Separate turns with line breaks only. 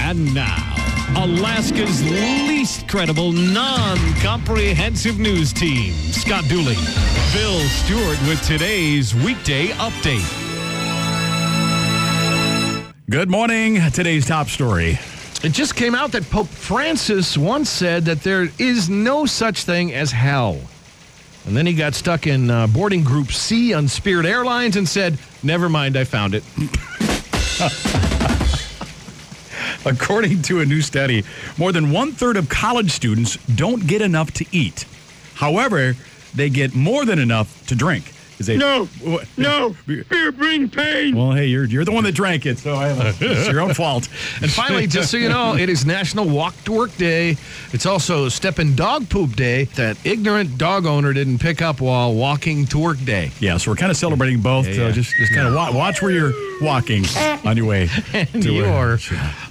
And now, Alaska's least credible, non-comprehensive news team. Scott Dooley, Bill Stewart with today's weekday update.
Good morning. Today's top story.
It just came out that Pope Francis once said that there is no such thing as hell. And then he got stuck in uh, boarding group C on Spirit Airlines and said, Never mind, I found it.
According to a new study, more than one third of college students don't get enough to eat. However, they get more than enough to drink. Is they,
No, no, beer brings pain.
Well, hey, you're, you're the one that drank it, so I, it's your own fault.
And finally, just so you know, it is National Walk to Work Day. It's also Step in Dog Poop Day that ignorant dog owner didn't pick up while walking to work day.
Yeah, so we're kind of celebrating both.
Yeah, yeah.
So just just kind of wa- watch where you're walking on your way.
And
to
you're
work. Yeah.